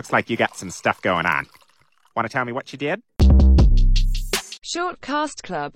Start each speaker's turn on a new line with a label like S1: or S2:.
S1: Looks like you got some stuff going on. Want to tell me what you did?
S2: Short Cast Club